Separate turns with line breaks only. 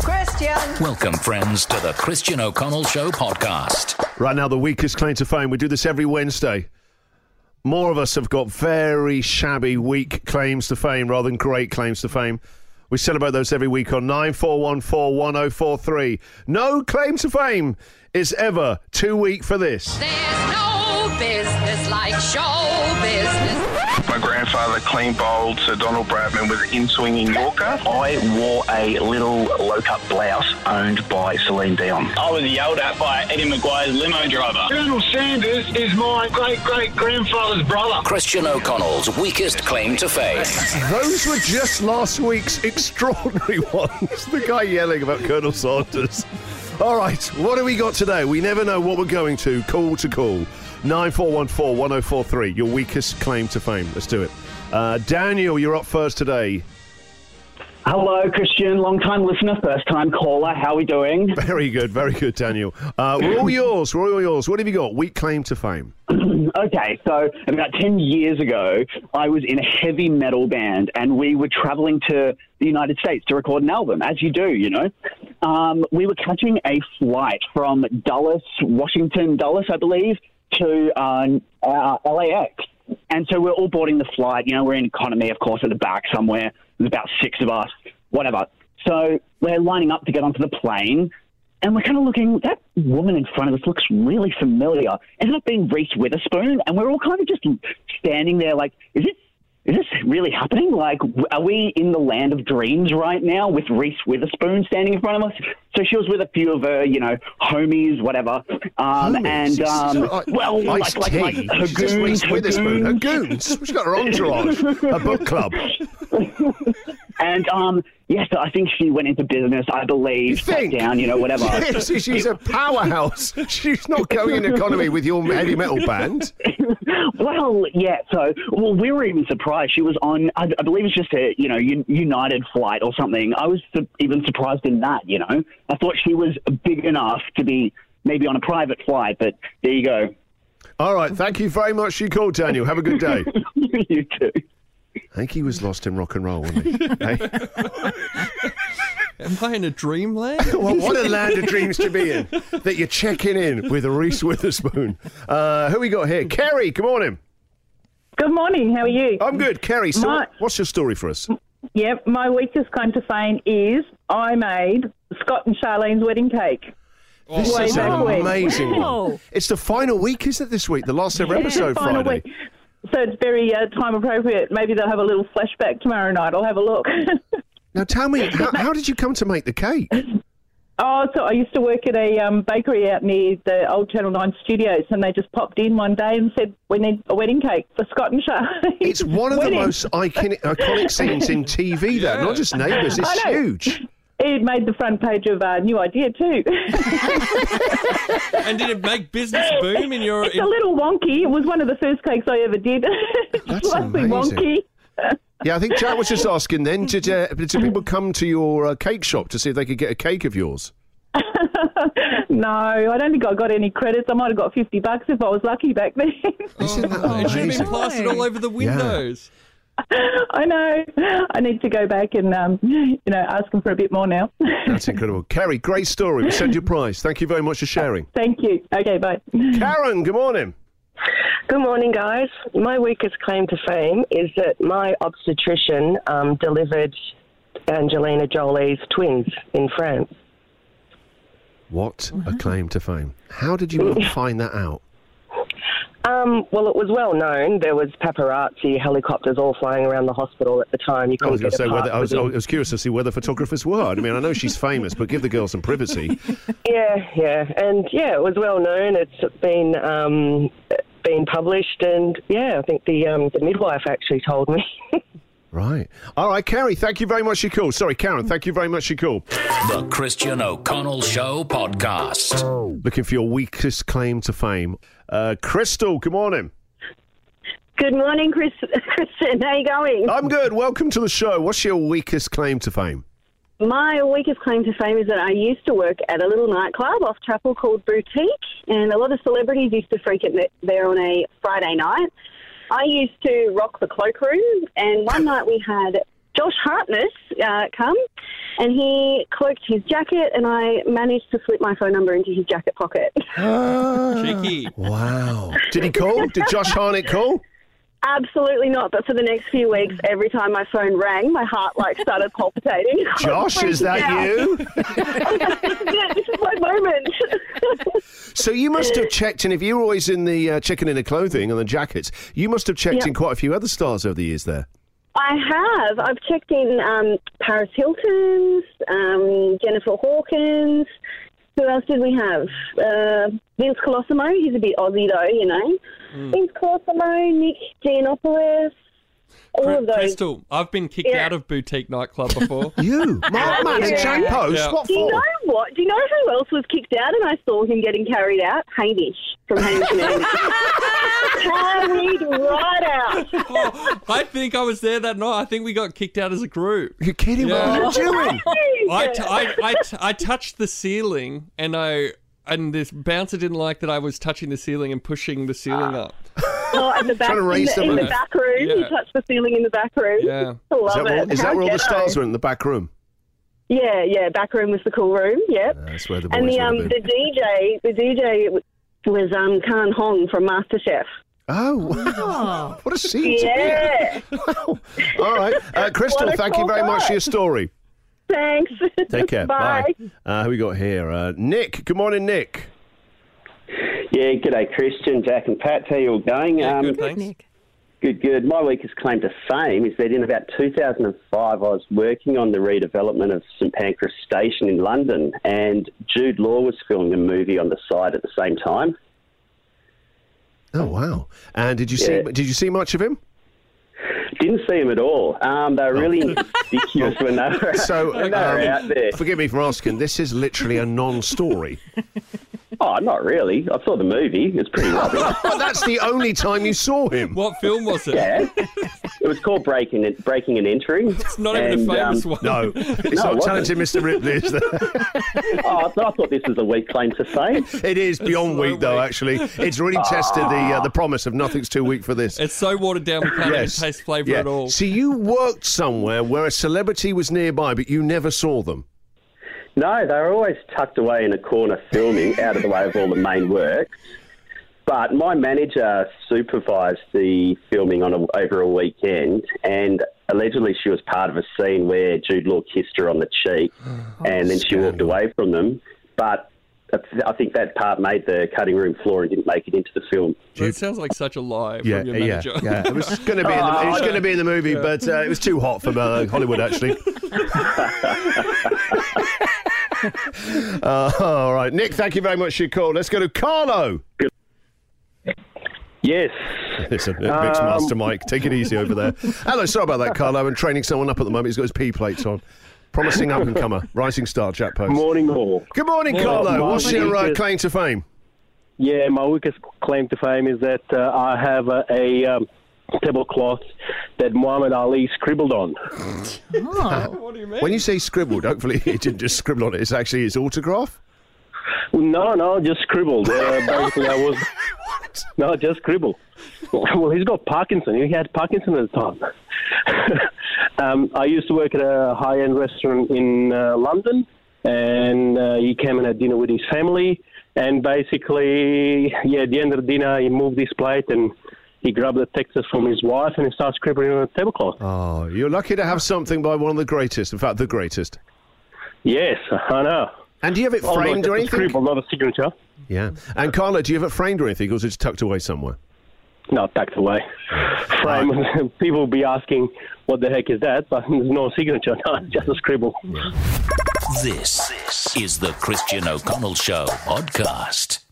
Christian.
Welcome, friends, to the Christian O'Connell Show podcast.
Right now, the weakest claim to fame. We do this every Wednesday. More of us have got very shabby, weak claims to fame rather than great claims to fame. We celebrate those every week on 941411043. No claim to fame is ever too weak for this.
There's no business like show business.
My grandfather clean bowled Sir Donald Bradman with an in swinging Yorker.
I wore a little low cut blouse owned by Celine Dion.
I was yelled at by Eddie McGuire's limo driver.
Colonel Sanders is my great great grandfather's brother.
Christian O'Connell's weakest claim to fame.
Those were just last week's extraordinary ones. The guy yelling about Colonel Sanders. All right, what have we got today? We never know what we're going to. Call to call. 9414-1043, your weakest claim to fame. Let's do it. Uh, Daniel, you're up first today.
Hello, Christian, long time listener, first time caller. How are we doing?
Very good, very good, Daniel. Uh, we're all yours, we're all yours. What have you got? Weak claim to fame.
Okay, so about 10 years ago, I was in a heavy metal band and we were traveling to the United States to record an album, as you do, you know. Um, we were catching a flight from Dulles, Washington, Dulles, I believe, to uh, uh, LAX. And so we're all boarding the flight. You know, we're in economy, of course, at the back somewhere. There's about six of us, whatever. So we're lining up to get onto the plane. And we're kind of looking, that woman in front of us looks really familiar. Ended up being Reese Witherspoon. And we're all kind of just standing there like, is it? Is this really happening? Like, w- are we in the land of dreams right now with Reese Witherspoon standing in front of us? So she was with a few of her, you know, homies, whatever. Um,
Homies?
and,
She's- uh,
um,
she's not like-
well, like,
Iced
like,
tea.
like, her
She's just
goons,
Reese
her
Witherspoon. Her
goons.
goons. She's got her entourage. her book club.
And um, yes, I think she went into business, I believe, sat
Think.
down, you know, whatever.
Yes, she's a powerhouse. She's not going in economy with your heavy metal band.
well, yeah. So, well, we were even surprised. She was on, I, I believe it's just a, you know, Un- United flight or something. I was su- even surprised in that, you know. I thought she was big enough to be maybe on a private flight, but there you go.
All right, thank you very much. You called, Daniel. Have a good day.
you too.
I think he was lost in rock and roll, wasn't he? Hey?
Am I in a dreamland?
Well, what a land of dreams to be in that you're checking in with Reese Witherspoon. Uh, who we got here? Kerry, good morning.
Good morning. How are you?
I'm good. Kerry, so
My-
what's your story for us?
Yep. My weakest claim to fame is I made Scott and Charlene's wedding cake.
This
Way
is an
back when.
amazing one.
Wow.
It's the final week, isn't it, this week? The last ever episode
Final
Friday.
week. So it's very uh, time appropriate. Maybe they'll have a little flashback tomorrow night. I'll have a look.
Now tell me, how, how did you come to make the cake?
oh, so I used to work at a um, bakery out near the old Channel 9 studios, and they just popped in one day and said, We need a wedding cake for Scott and Charlene.
It's one of the
Wedding.
most iconic, iconic scenes in TV, though, not just neighbours. It's
I know.
huge.
It made the front page of uh, New Idea, too.
and did it make business boom in your?
it's
in-
a little wonky. It was one of the first cakes I ever did.
That's
Slightly
amazing.
wonky.
Yeah, I think Jack was just asking then, did, uh, did people come to your uh, cake shop to see if they could get a cake of yours?
No, I don't think I got any credits. I might have got 50 bucks if I was lucky back then.
Isn't that
it should have
amazing?
been plastered all over the windows.
I know. I need to go back and, um, you know, ask them for a bit more now.
That's incredible. Carrie, great story. We send you a prize. Thank you very much for sharing.
Thank you. Okay, bye.
Karen, good morning.
Good morning, guys. My weakest claim to fame is that my obstetrician um, delivered Angelina Jolie's twins in France.
What a claim to fame. How did you not find that out?
Um, well, it was well known. There was paparazzi helicopters all flying around the hospital at the time. You
I
couldn't
was going
get
to
a
say
pass
whether I was, I
within-
was curious to see whether photographers were. I mean, I know she's famous, but give the girl some privacy.
Yeah, yeah, and yeah, it was well known. It's been um, been published, and yeah, I think the um, the midwife actually told me.
Right. All right, Carrie, thank you very much for your call. Sorry, Karen, thank you very much for your call.
The Christian O'Connell Show podcast.
Looking for your weakest claim to fame. Uh, Crystal, good morning.
Good morning, Chris. Kristen. How are you going?
I'm good. Welcome to the show. What's your weakest claim to fame?
My weakest claim to fame is that I used to work at a little nightclub off Chapel called Boutique, and a lot of celebrities used to frequent it there on a Friday night. I used to rock the cloakroom, and one night we had Josh Hartness uh, come, and he cloaked his jacket, and I managed to slip my phone number into his jacket pocket. Ah.
Cheeky. Wow. Did he call? Did Josh Harnett call?
Absolutely not. But for the next few weeks, every time my phone rang, my heart like started palpitating. I was
Josh, is
freaking
that
out.
you?
this is it. This is my moment.
So you must have checked in. If you were always in the uh, chicken in the clothing and the jackets, you must have checked
Yep.
in quite a few other stars over the years there.
I have. I've checked in um, Paris Hilton's, um, Jennifer Hawkins. Who else did we have? Uh, Vince Colosimo. He's a bit Aussie though, you know.
Mm.
Vince Colosimo, Nick Giannopoulos. All
Cr-
of those.
Crystal, I've been kicked
Yeah.
out of boutique nightclub before.
you,
Yeah. Do you know what? Do you know who else was kicked out? And I saw him getting carried out. Hamish from Hamish and Andy. Carried right out.
I think I was there that night. I think we got kicked out as a group.
You're kidding?
Yeah.
What are you doing?
I, t- I, I, t- I touched the ceiling and I and this bouncer didn't like that I was touching the ceiling and pushing the ceiling up.
Oh, at the back,
Trying to raise
in, the, in
them
the
up.
back room. He
Yeah.
touched the ceiling in the back room.
Yeah.
I
Is
love
that,
it.
where, is
How
that where all the
ghetto.
stars were in the back room?
Yeah, yeah. Back room was the cool room. Yep.
That's where the boys
and the
would have
um
been.
the DJ the DJ was um Khan Hong from MasterChef.
Oh, wow. what a scene to be
Yeah.
in. All right. Uh, Crystal,
What a
thank you
cool
very much
guy.
for your story.
Thanks.
Take care.
Bye.
Uh, who we got here? Uh, Nick. Good morning, Nick.
Yeah, g'day, Christian, Jack, and Pat. How you all going? Yeah, um, good, Good, good. My weakest claim to fame is that in about 2005, I was working on the redevelopment of St Pancras Station in London, and Jude Law was filming a movie on the side at the same time.
Oh wow! And did you see?
Yeah.
Did you see much of him?
Didn't see him at all. Um, they were really inconspicuous when they were,
Oh. So,
when they were
um,
out there.
forgive me for asking. This is literally a non-story.
Oh, not really. I saw the movie. It's pretty rubbish.
but that's the only time you saw him.
What film was it?
Yeah. It was called Breaking and, Breaking and Entering. um, It's
not even a famous
um,
one.
No, it's not talented, Mr. Ripley. Is there?
oh, I thought this was a weak claim to fame.
It is beyond weak, though. Actually, it's really tested the uh, the promise of nothing's too weak for this.
It's so watered down we can't
Yes.
even taste flavour
Yeah.
at all.
So you worked somewhere where a celebrity was nearby, but you never saw them.
No, they were always tucked away in a corner filming, out of the way of all the main work. But my manager supervised the filming on a, over a weekend, and allegedly she was part of a scene where Jude Law kissed her on the cheek, and then she walked away from them. But I th- I think that part made the cutting room floor and didn't make it into the film.
It sounds like such a lie
Yeah,
from your
yeah,
manager.
yeah. It was going to be in the, it was going to be in the movie,
Yeah.
but uh, it was too hot for uh, Hollywood actually. uh, all right, Nick. Thank you very much for your call. Let's go to Carlo.
Yes.
It's a mixed master, Mike. Take it easy over there. Hello, sorry about that, Carlo. I'm training someone up at the moment. He's got his P plates on. Promising up and comer, rising star, Jack Post.
Morning, all.
Good morning, Carlo. What's your uh, claim to fame?
Yeah, my weakest claim to fame is that uh, I have a, a um, tablecloth that Muhammad Ali scribbled on.
what do you mean?
When you say scribbled, hopefully he didn't just scribble on it. It's actually his autograph.
No, no, just scribbled. Uh, basically, I was. No, just scribble. Well, he's got Parkinson. He had Parkinson at the time. um, I used to work at a high end restaurant in uh, London, and uh, he came and had dinner with his family. And basically, yeah, at the end of the dinner, he moved his plate and he grabbed the Texas from his wife and he started scribbling on the tablecloth.
Oh, you're lucky to have something by one of the greatest. In fact, the greatest.
Yes, I know.
And do you have
Oh,
it
Almost
framed
a
or anything?
Scribble, not a signature.
Yeah. And Carlo, do you have it framed or anything, or is it just tucked away somewhere?
No, tucked away. Frame. People will be asking, what the heck is that? But there's no signature, no, it's just a scribble.
This is the Christian O'Connell Show podcast.